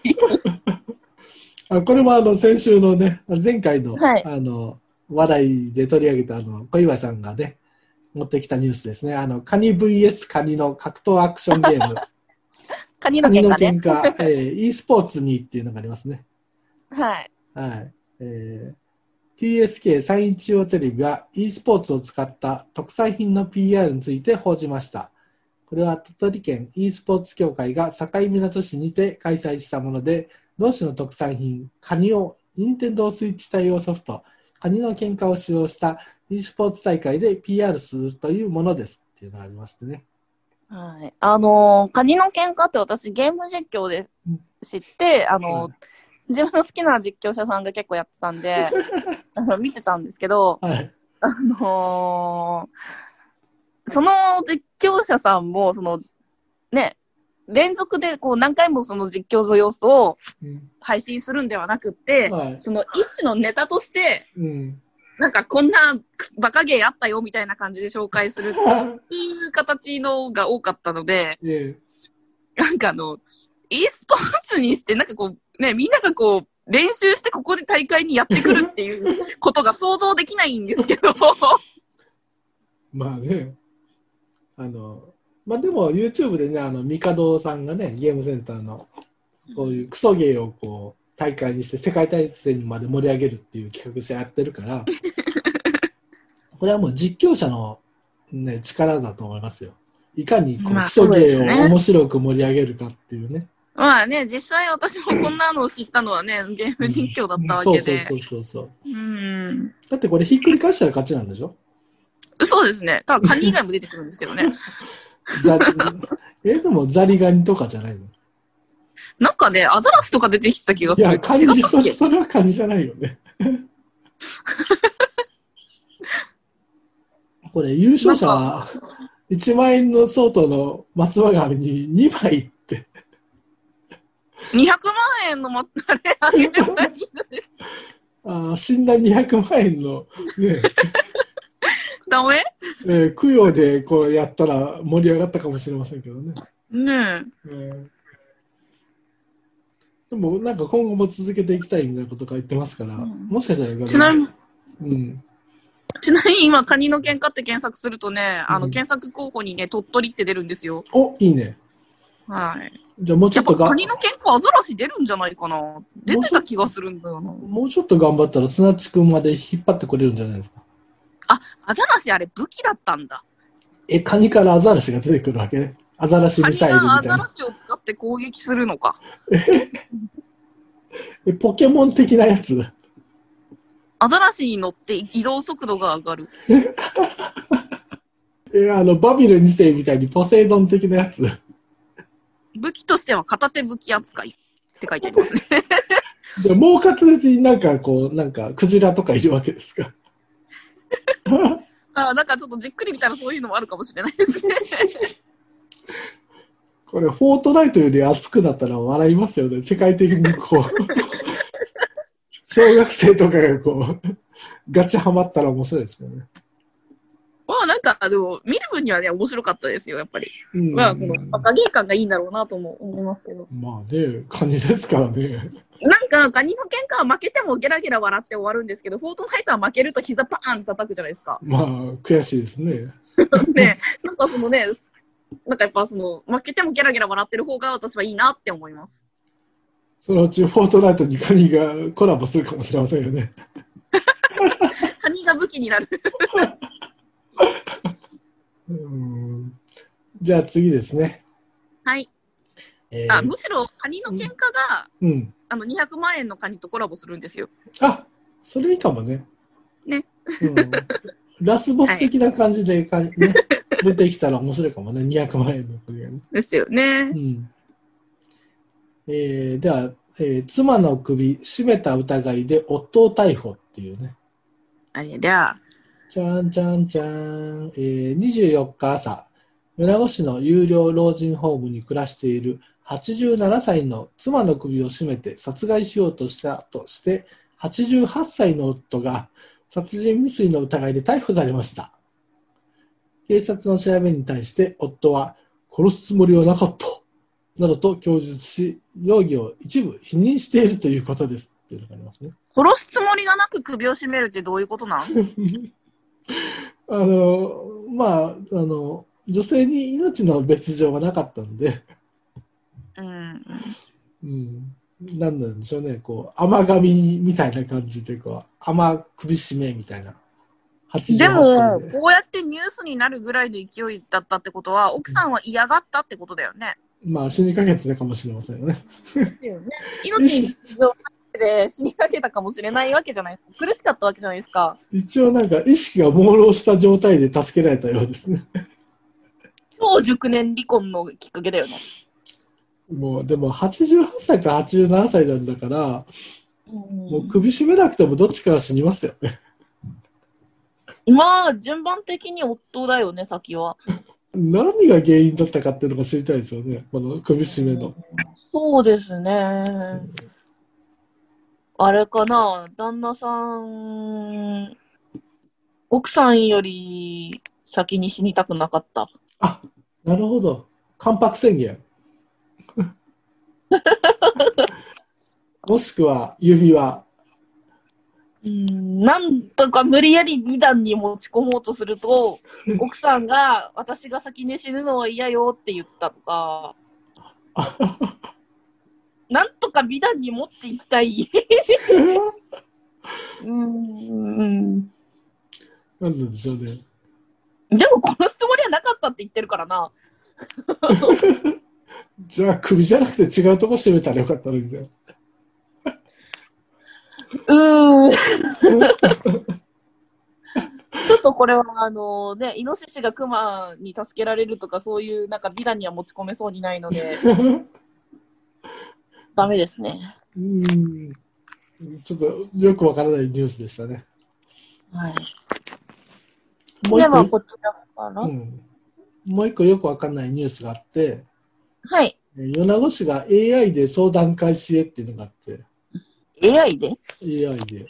Speaker 5: あこれもあの先週のね、前回の,、
Speaker 4: はい
Speaker 5: あの話題で取り上げたあの小岩さんがね、持ってきたニュースですね、あのカニ VS カニの格闘アクションゲーム、
Speaker 4: カニ
Speaker 5: カ
Speaker 4: の
Speaker 5: ニ
Speaker 4: 喧嘩ね
Speaker 5: の喧。嘩、えー e スポーツにっていうのがありますね。
Speaker 4: はい。
Speaker 5: はいえー、TSK314 テレビは e スポーツを使った特産品の PR について報じました。これは鳥取県 e スポーツ協会が境港市にて開催したもので、同市の特産品、カニを任天堂スイッチ対応ソフト、カニの喧嘩を使用した e スポーツ大会で PR するというものですっていうのがありましてね。
Speaker 4: はい、あのーカニの喧嘩って私ゲーム実況で知って、あのー自分の好きな実況者さんが結構やってたん であの見てたんですけど、
Speaker 5: はい、
Speaker 4: あのーその実況者さんもその、ね、連続でこう何回もその実況の様子を
Speaker 5: うん
Speaker 4: 配信するんではなくって、
Speaker 5: はい
Speaker 4: その一種のネタとして
Speaker 5: うん、
Speaker 4: なんかこんなバカ芸あったよみたいな感じで紹介するっていう形のが多かったので。
Speaker 5: え
Speaker 4: なんかあの、e スポーツにして、なんかこう、ね、みんながこう、練習してここで大会にやってくるっていうことが想像できないんですけど。
Speaker 5: まあね、あの、まあでも YouTube でね、あの、ミカドさんがね、ゲームセンターのこういうクソゲーをこう、大会にして世界大戦まで盛り上げるっていう企画してやって るから、これはもう実況者のね、力だと思いますよ。いかにこう
Speaker 4: まあ
Speaker 5: クソゲ
Speaker 4: そうです
Speaker 5: ー
Speaker 4: ね
Speaker 5: を面白く盛り上げるかっていうね。
Speaker 4: まあね、実際私もこんなのを知ったのはね、ゲーム実況だったわけで
Speaker 5: そ。うそうそうそうそ
Speaker 4: う
Speaker 5: う。
Speaker 4: ん。
Speaker 5: だってこれひっくり返したら勝ちなんでしょ
Speaker 4: そうですね。ただ、カニ以外も出てくるんですけ どね。
Speaker 5: ザ え、でもザリガニとかじゃないの
Speaker 4: なんかね、アザラシとか出てきてた気が
Speaker 5: い
Speaker 4: する。違
Speaker 5: や、
Speaker 4: った
Speaker 5: カ
Speaker 4: っ
Speaker 5: ニ、それ
Speaker 4: け
Speaker 5: それはカニじゃないよね。 これ、優勝者は1万円の相当の松葉紙に2枚って、
Speaker 4: ?200 万円のも、あれ、あげればいいのに。
Speaker 5: あー死んだ200万円の、ね
Speaker 4: ダメ
Speaker 5: えー供養でこうやったら盛り上がったかもしれませんけどね。
Speaker 4: ね
Speaker 5: えーでも、なんか今後も続けていきたいみたいなことが言ってますから、
Speaker 4: ん
Speaker 5: もしかしたら、
Speaker 4: え。ちなみに、
Speaker 5: うん、
Speaker 4: ちなみに今、カニの喧嘩って検索するとね、あ
Speaker 5: う
Speaker 4: の、
Speaker 5: ん
Speaker 4: 検索候補にね、鳥取って出るんですよ。
Speaker 5: おいいね。
Speaker 4: はい。
Speaker 5: じゃあもうち
Speaker 4: や
Speaker 5: ょ
Speaker 4: っ
Speaker 5: っと
Speaker 4: ぱ
Speaker 5: が
Speaker 4: カニの喧嘩アザラシ出るんじゃないかな。出てた気がするんだよな。
Speaker 5: もうちょっと頑張ったら、砂地君まで引っ張ってこれるんじゃないですか。
Speaker 4: アザラシあれ武器だったんだ。
Speaker 5: え、カニからアザラシが出てくるわけアザラシ
Speaker 4: カ
Speaker 5: ミ
Speaker 4: ニ
Speaker 5: サイルみ
Speaker 4: がア
Speaker 5: たい
Speaker 4: ザ
Speaker 5: な
Speaker 4: ラ。シを使って攻撃するのか。
Speaker 5: え、ポケモン的なやつ。
Speaker 4: アザラシに乗って移動速度が上がる。
Speaker 5: え、あの、バビル2世みたいにポセイドン的なやつ。
Speaker 4: 武器としては片手武器扱いって書いてあり ますね。
Speaker 5: で、もう片手になんかこう、なんかクジラとかいるわけですか。
Speaker 4: あーなんかちょっとじっくり見たらそういうのもあるかもしれないです ね。
Speaker 5: これ、フォートナイトより熱くなったら笑いますよね。世界的にこう。小学生とかがこう、ガチハマったら面白いですけどね。
Speaker 4: まあなんか、でも、見る分にはね、面白かったですよ、やっぱり。
Speaker 5: うん
Speaker 4: まあ、この、バカゲー感がいいんだろうなとも思いますけど。
Speaker 5: まあね、カニですからね。
Speaker 4: なんか、ガニの喧嘩は負けてもゲラゲラ笑って終わるんですけど、フォートナイトは負けると膝パーンって叩くじゃないです か。
Speaker 5: まあ、悔しいですね。
Speaker 4: で、なんかそのね、なんかやっぱその、負けてもゲラゲラ笑ってる方が私はいいなって思います。
Speaker 5: そのうちフォートナイトにカニがコラボするかもしれませんよね。
Speaker 4: カニが武器になる。
Speaker 5: うんじゃあ次ですね。
Speaker 4: はい。
Speaker 5: えー
Speaker 4: あ、むしろカニの喧嘩が、
Speaker 5: うん。
Speaker 4: あの、200万円のカニとコラボするんですよ。
Speaker 5: あそれいいかもね。
Speaker 4: ね
Speaker 5: うん。ラスボス的な感じで、かね、 出てきたら面白いかもね。200万円の国がね。
Speaker 4: ですよね
Speaker 5: う。ん。えーでは、えー妻の首絞めた疑いで夫を逮捕っていうね。
Speaker 4: あれりゃ、
Speaker 5: じゃんじゃんじゃん、えー、24日朝、米子市の有料老人ホームに暮らしている87歳の妻の首を絞めて殺害しようとしたとして、88歳の夫が殺人未遂の疑いで逮捕されました。警察の調べに対して夫は、殺すつもりはなかった、などと供述し、容疑を一部否認しているということです。っていうのがありますね。
Speaker 4: 殺すつもりがなく首を絞めるってどういうことなん
Speaker 5: あの、まあ、あの、女性に命の別状はなかったんで、
Speaker 4: うん。
Speaker 5: うん、なんなんでしょうね、こう、甘噛みみたいな感じというか、甘首絞めみたいな。88
Speaker 4: でも、
Speaker 5: 歳で
Speaker 4: こうやってニュースになるぐらいの勢いだったってことは、奥さんは嫌がったってことだよね。
Speaker 5: まあ、死にかけてたかもしれませんよね。
Speaker 4: 命に別状で死にかけたかもしれないわけじゃないですか。苦しかったわけじゃないですか。
Speaker 5: 一応なんか、意識が朦朧した状態で助けられたようですね。
Speaker 4: 超熟年離婚のきっかけだよね。
Speaker 5: もう、でも、88歳と87歳なんだから、もう首絞めなくてもどっちかは死にますよね。
Speaker 4: まあ、順番的に夫だよね、先は。
Speaker 5: 何が原因だったかっていうのが知りたいですよね、この首絞めの。
Speaker 4: そうですね。あれかな、旦那さん、奥さんより先に死にたくなかった。
Speaker 5: あなるほど。関白宣言。もしくは指輪。
Speaker 4: うんなんとか無理やり2段に持ち込もうとすると、奥さんが私が先に死ぬのは嫌よって言ったとか、なんとか美談に持っていきたい。うん
Speaker 5: なんなんでしょうね。
Speaker 4: でも殺すつもりはなかったって言ってるからな。
Speaker 5: じゃあ首じゃなくて違うとこ絞めたらよかったのにね。
Speaker 4: うーん。ち ょっとこれはあのね、イノシシがクマに助けられるとか、そういうなんか美談には持ち込めそうにないの で、ダメですね。
Speaker 5: うん。ちょっとよくわからないニュースでしたね。
Speaker 4: はい。
Speaker 5: もう
Speaker 4: で
Speaker 5: 一
Speaker 4: は、
Speaker 5: 個
Speaker 4: こちらかな、
Speaker 5: うん、もう一個よくわかんないニュースがあって、
Speaker 4: はい。
Speaker 5: えー米子市が AI で相談開始へっていうのがあって、
Speaker 4: AI で
Speaker 5: AI で。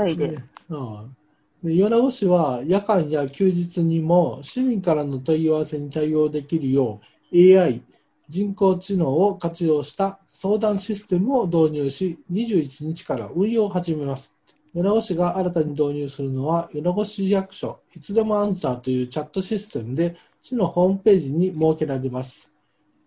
Speaker 4: ?AI で。
Speaker 5: ああで米子市は夜間や休日にも市民からの問い合わせに対応できるよう AI 人工知能を活用した相談システムを導入し21日から運用を始めます米子市が新たに導入するのは米子市役所いつでもアンサーというチャットシステムで市のホームページに設けられます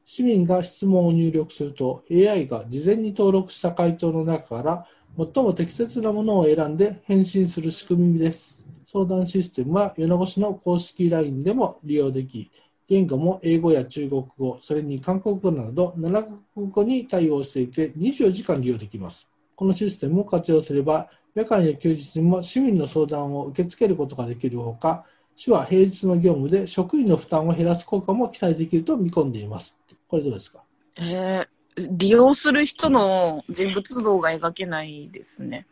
Speaker 5: 市民が質問を入力すると AI が事前に登録した回答の中から最も適切なものを選んで返信する仕組みです。相談システムは米子市の公式 LINE でも利用でき、言語も英語や中国語、それに韓国語など7カ国語に対応していて24時間利用できます。このシステムを活用すれば、夜間や休日にも市民の相談を受け付けることができるほか、市は平日の業務で職員の負担を減らす効果も期待できると見込んでいます。これどうですか
Speaker 4: えー、利用する人の人物像が描けないですね。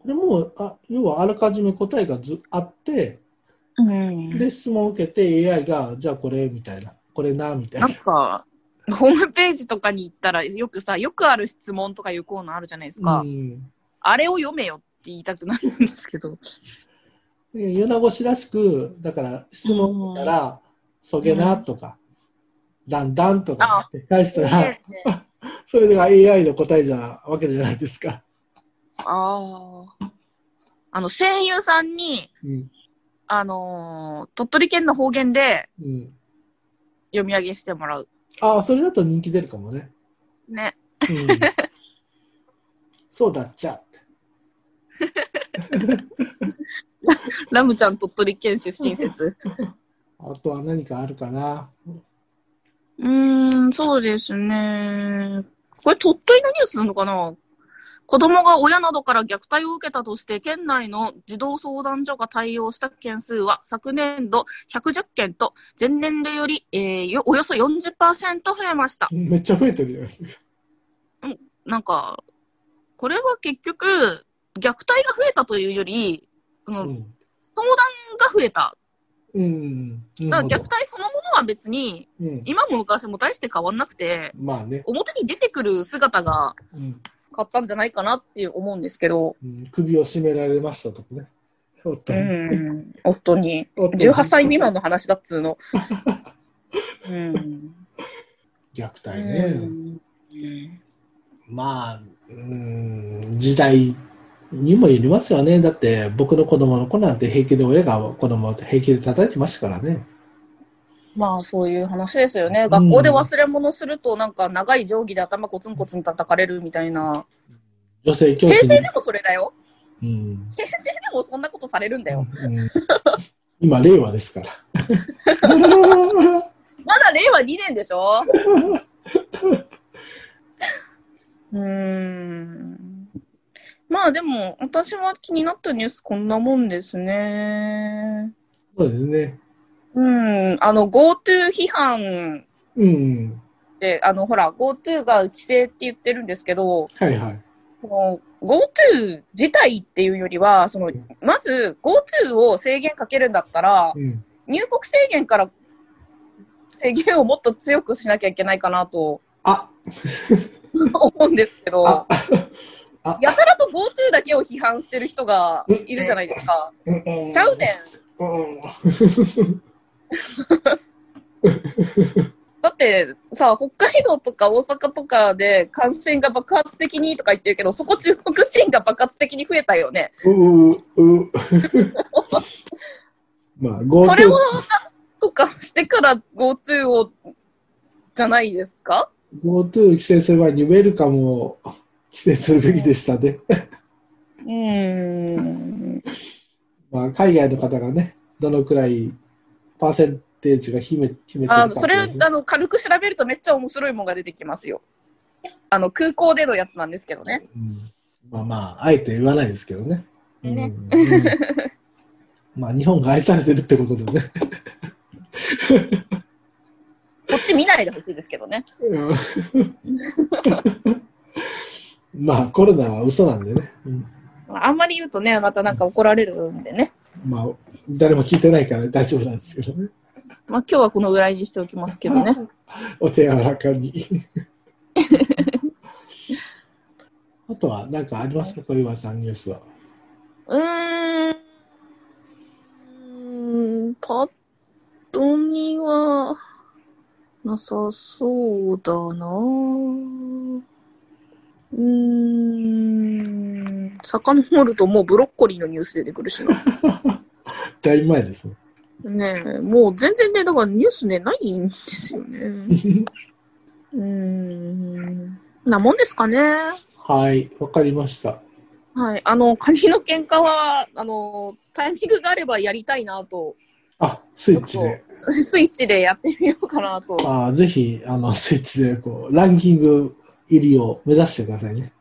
Speaker 5: これもうあ要はあらかじめ答えがずあって、
Speaker 4: うん
Speaker 5: で、質問を受けて AI が、じゃあこれみたいな、これなみたい
Speaker 4: な。
Speaker 5: なん
Speaker 4: か、ホームページとかに行ったら、よくさ、よくある質問とかいうコーナーあるじゃないですか。
Speaker 5: うん
Speaker 4: あれを読めよって言いたくなるんですけど。
Speaker 5: えー米子市らしく、だから質問から、そげなとか、だんだんとかって返したら、それが AI の答えじゃわけじゃないですか。
Speaker 4: ああ。あの、声優さんに、
Speaker 5: うん。
Speaker 4: あのー鳥取県の方言で
Speaker 5: うん。
Speaker 4: 読み上げしてもらう。
Speaker 5: ああ、それだと人気出るかもね。
Speaker 4: ね。
Speaker 5: うん。そうだっちゃ。
Speaker 4: ラムちゃん鳥取県出身説。
Speaker 5: あとは何かあるかな。
Speaker 4: うーん、そうですね。これ鳥取のニュースなのかな子供が親などから虐待を受けたとして、県内の児童相談所が対応した件数は昨年度110件と、前年度より、えーよおよそ40%増えました。
Speaker 5: めっちゃ増えてるじゃないですか。
Speaker 4: なんか、これは結局、虐待が増えたというより、その
Speaker 5: うん。
Speaker 4: 相談が増えた。
Speaker 5: うん。
Speaker 4: だ
Speaker 5: な
Speaker 4: から虐
Speaker 5: るほど
Speaker 4: 待そのものは別に、
Speaker 5: うん。
Speaker 4: 今も昔も大して変わんなくて、
Speaker 5: まあね。
Speaker 4: 表に出てくる姿が
Speaker 5: うん。
Speaker 4: 変わったんじゃないかなって思うんですけど、
Speaker 5: うん首を絞められましたとかね。おっと
Speaker 4: うん、夫に。
Speaker 5: おっと
Speaker 4: 18歳未満の話だっつうの。 うん。
Speaker 5: 虐
Speaker 4: う
Speaker 5: 待ね。
Speaker 4: ん
Speaker 5: まあ、うーん、時代にもよりますよね。だって、僕の子供の子なんて平気で親が子供を平気で叩いてましたからね。
Speaker 4: まあそういう話ですよ
Speaker 5: う
Speaker 4: ね。
Speaker 5: ん
Speaker 4: 学校で忘れ物するとなんか長い定規で頭コツンコツン叩かれるみたいな。
Speaker 5: 女性教
Speaker 4: 平
Speaker 5: 師
Speaker 4: 成
Speaker 5: に。
Speaker 4: でもそれだよ。
Speaker 5: うん。
Speaker 4: 平成でもそんなことされるんだよ。
Speaker 5: うん今、令和ですから。
Speaker 4: まだ令和2年でしょ うーん。まあでも、私は気になったニュースこんなもんですね。
Speaker 5: そうですね。
Speaker 4: うん。あの、GoTo 批判
Speaker 5: うん。
Speaker 4: で、あの、ほら、GoTo が規制って言ってるんですけど、
Speaker 5: はいはい。
Speaker 4: この GoTo 自体っていうよりは、その、まず GoTo を制限かけるんだったら、
Speaker 5: うん。
Speaker 4: 入国制限から制限をもっと強くしなきゃいけないかなと
Speaker 5: あ、
Speaker 4: 思うんですけど、
Speaker 5: あ
Speaker 4: や、
Speaker 5: あ、
Speaker 4: たらと GoTo だけを批判してる人がいるじゃないですか。
Speaker 5: うん
Speaker 4: ちゃうねん。
Speaker 5: うん。
Speaker 4: だってさ、北海道とか大阪とかで感染が爆発的にとか言ってるけど、そこ中国人が爆発的に増えたよね。
Speaker 5: うう う。まあ、ゴ
Speaker 4: それをなんとかしてから GoTo を、じゃないですか
Speaker 5: GoTo 規制する前にウェルカムを規制するべきでしたね。
Speaker 4: うーん。
Speaker 5: まあ、海外の方がね、どのくらいパーセンテージが秘め秘めてるか
Speaker 4: あ
Speaker 5: っていうね
Speaker 4: それあの軽く調べるとめっちゃ面白いもんが出てきますよ。あの空港でのやつなんですけどね。
Speaker 5: うんまあまあ、あえて言わないですけどね。うん
Speaker 4: ね
Speaker 5: うんまあ、日本が愛されてるってことでね。
Speaker 4: こっち見ないでほしいですけどね。
Speaker 5: うん まあ、コロナは嘘なんでね。うん
Speaker 4: あんまり言うとね、またなんか怒られるんでね。
Speaker 5: まあ、誰も聞いてないから大丈夫なんですけどね。
Speaker 4: まあ今日はこのぐらいにしておきますけどね。
Speaker 5: お手柔らかに。 あとは何かありますか、小岩さんニュースは。
Speaker 4: うーん。うーん、パッと見は、なさそうだなぁうーん、遡るともうブロッコリーのニュース出てくるし な。
Speaker 5: だいぶ前ですね。
Speaker 4: ねえ、もう全然ね、だからニュースね、ないんですよ ね。うーん、なもんですかね。
Speaker 5: はい、わかりました。
Speaker 4: はい、あの、カニの喧嘩は、あの、タイミングがあればやりたいなと
Speaker 5: あ、スイ
Speaker 4: ちょ
Speaker 5: ッ
Speaker 4: っ
Speaker 5: チで。
Speaker 4: とススイッチでやってみようかなと。
Speaker 5: あーぜひ、あの、スイッチで、こう、ランキング入りを目指してくださいね。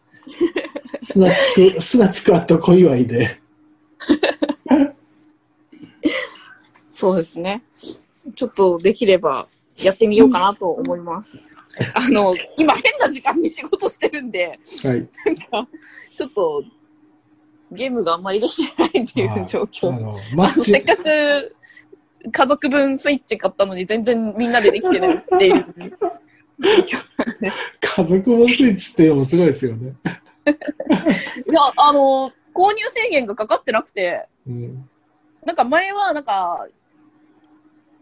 Speaker 5: すなち く、すなちくあと小祝いで。
Speaker 4: そうですね。ちょっとできればやってみようかなと思います。あの、今変な時間に仕事してるんで、
Speaker 5: はい。
Speaker 4: ちょっとゲームがあんまりできないっていう状
Speaker 5: あ
Speaker 4: 況。
Speaker 5: の、マ
Speaker 4: あ
Speaker 5: ッ
Speaker 4: のせっ
Speaker 5: チ、
Speaker 4: かく家族分スイッチ買ったのに全然みんなでできてないって いう。
Speaker 5: 家族もスイッチっていうのもすごいですよね。
Speaker 4: いや、あの、購入制限がかかってなくて、
Speaker 5: うん。
Speaker 4: なんか前は、なんか、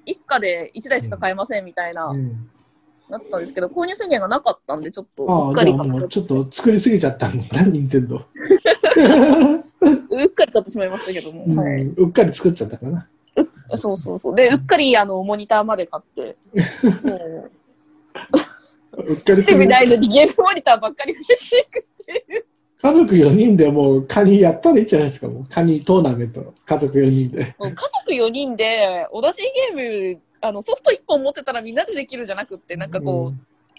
Speaker 4: 一家で1台しか買えませんみたいな、
Speaker 5: うん
Speaker 4: なってたんですけど、購入制限がなかったんで、ちょっと
Speaker 5: あ
Speaker 4: うっ
Speaker 5: あ、
Speaker 4: かり
Speaker 5: じゃあ
Speaker 4: 買
Speaker 5: もう
Speaker 4: っ
Speaker 5: ちょっと作りすぎちゃったんだな、任天堂。
Speaker 4: うっかり買ってしまいましたけども、
Speaker 5: うん
Speaker 4: はいう
Speaker 5: っかり作っちゃったかな。
Speaker 4: そうそうそう。で、うっかりあのモニターまで買 って、もう、
Speaker 5: うっかりす
Speaker 4: 趣
Speaker 5: ぎ
Speaker 4: 味ないのにゲームモニターばっかり増えて いく。
Speaker 5: 家族4人でもうカニやったらいいじゃないですか、もうカニトーナメント、家族4人で。
Speaker 4: もう家族4人で同じゲーム、あのソフト1本持ってたらみんなでできるじゃなくって、なんかこう、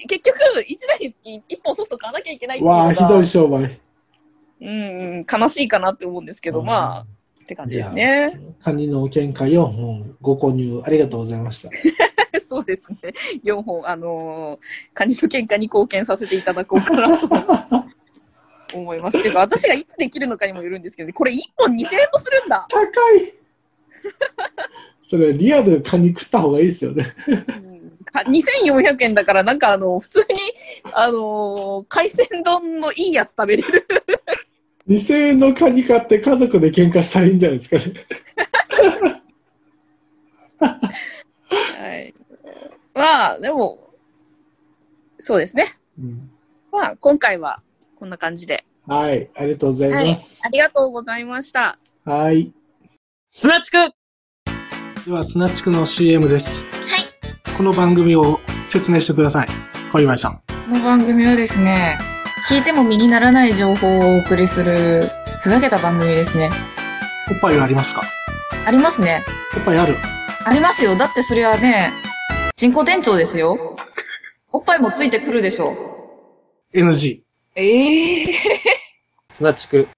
Speaker 4: 結局1台につき1本ソフト買わなきゃいけないっ
Speaker 5: う
Speaker 4: て
Speaker 5: ん
Speaker 4: いうの
Speaker 5: わあ、
Speaker 4: が
Speaker 5: ひどい商売。
Speaker 4: うんうん、悲しいかなって思うんですけど、まあ、って感じですね。
Speaker 5: カニの見解4本ご購入ありがとうございました。
Speaker 4: そうですね。4本、あのーカニと喧嘩に貢献させていただこうかなと思いますけど、私がいつできるのかにもよるんですけど、ね、これ1本2000円もするんだ、
Speaker 5: 高い それリアルカニ食った方がいいですよね。
Speaker 4: うん、か !2400 円だから、なんかあの、普通に、あのー海鮮丼のいいやつ食べれる。
Speaker 5: 2000円のカニ買って家族で喧嘩したらいいんじゃないですかね。
Speaker 4: はい。まあ、でも、そうですね。
Speaker 5: うん
Speaker 4: まあ、今回はこんな感じで。
Speaker 5: はい、ありがとうございます。
Speaker 4: ありがとうございました。
Speaker 5: はい
Speaker 1: すなちく
Speaker 2: では、スナチクの CM です。はい。この番組を説明してください。小岩井さん。
Speaker 3: この番組はですね、聞いても身にならない情報をお送りする、ふざけた番組ですね。
Speaker 2: おっぱいはありますか
Speaker 3: ありますね。
Speaker 2: おっぱいある。
Speaker 3: ありますよ。だってそれはね、人工店長ですよ。おっぱいもついてくるでしょ
Speaker 2: NG。
Speaker 3: ええ
Speaker 1: すなちく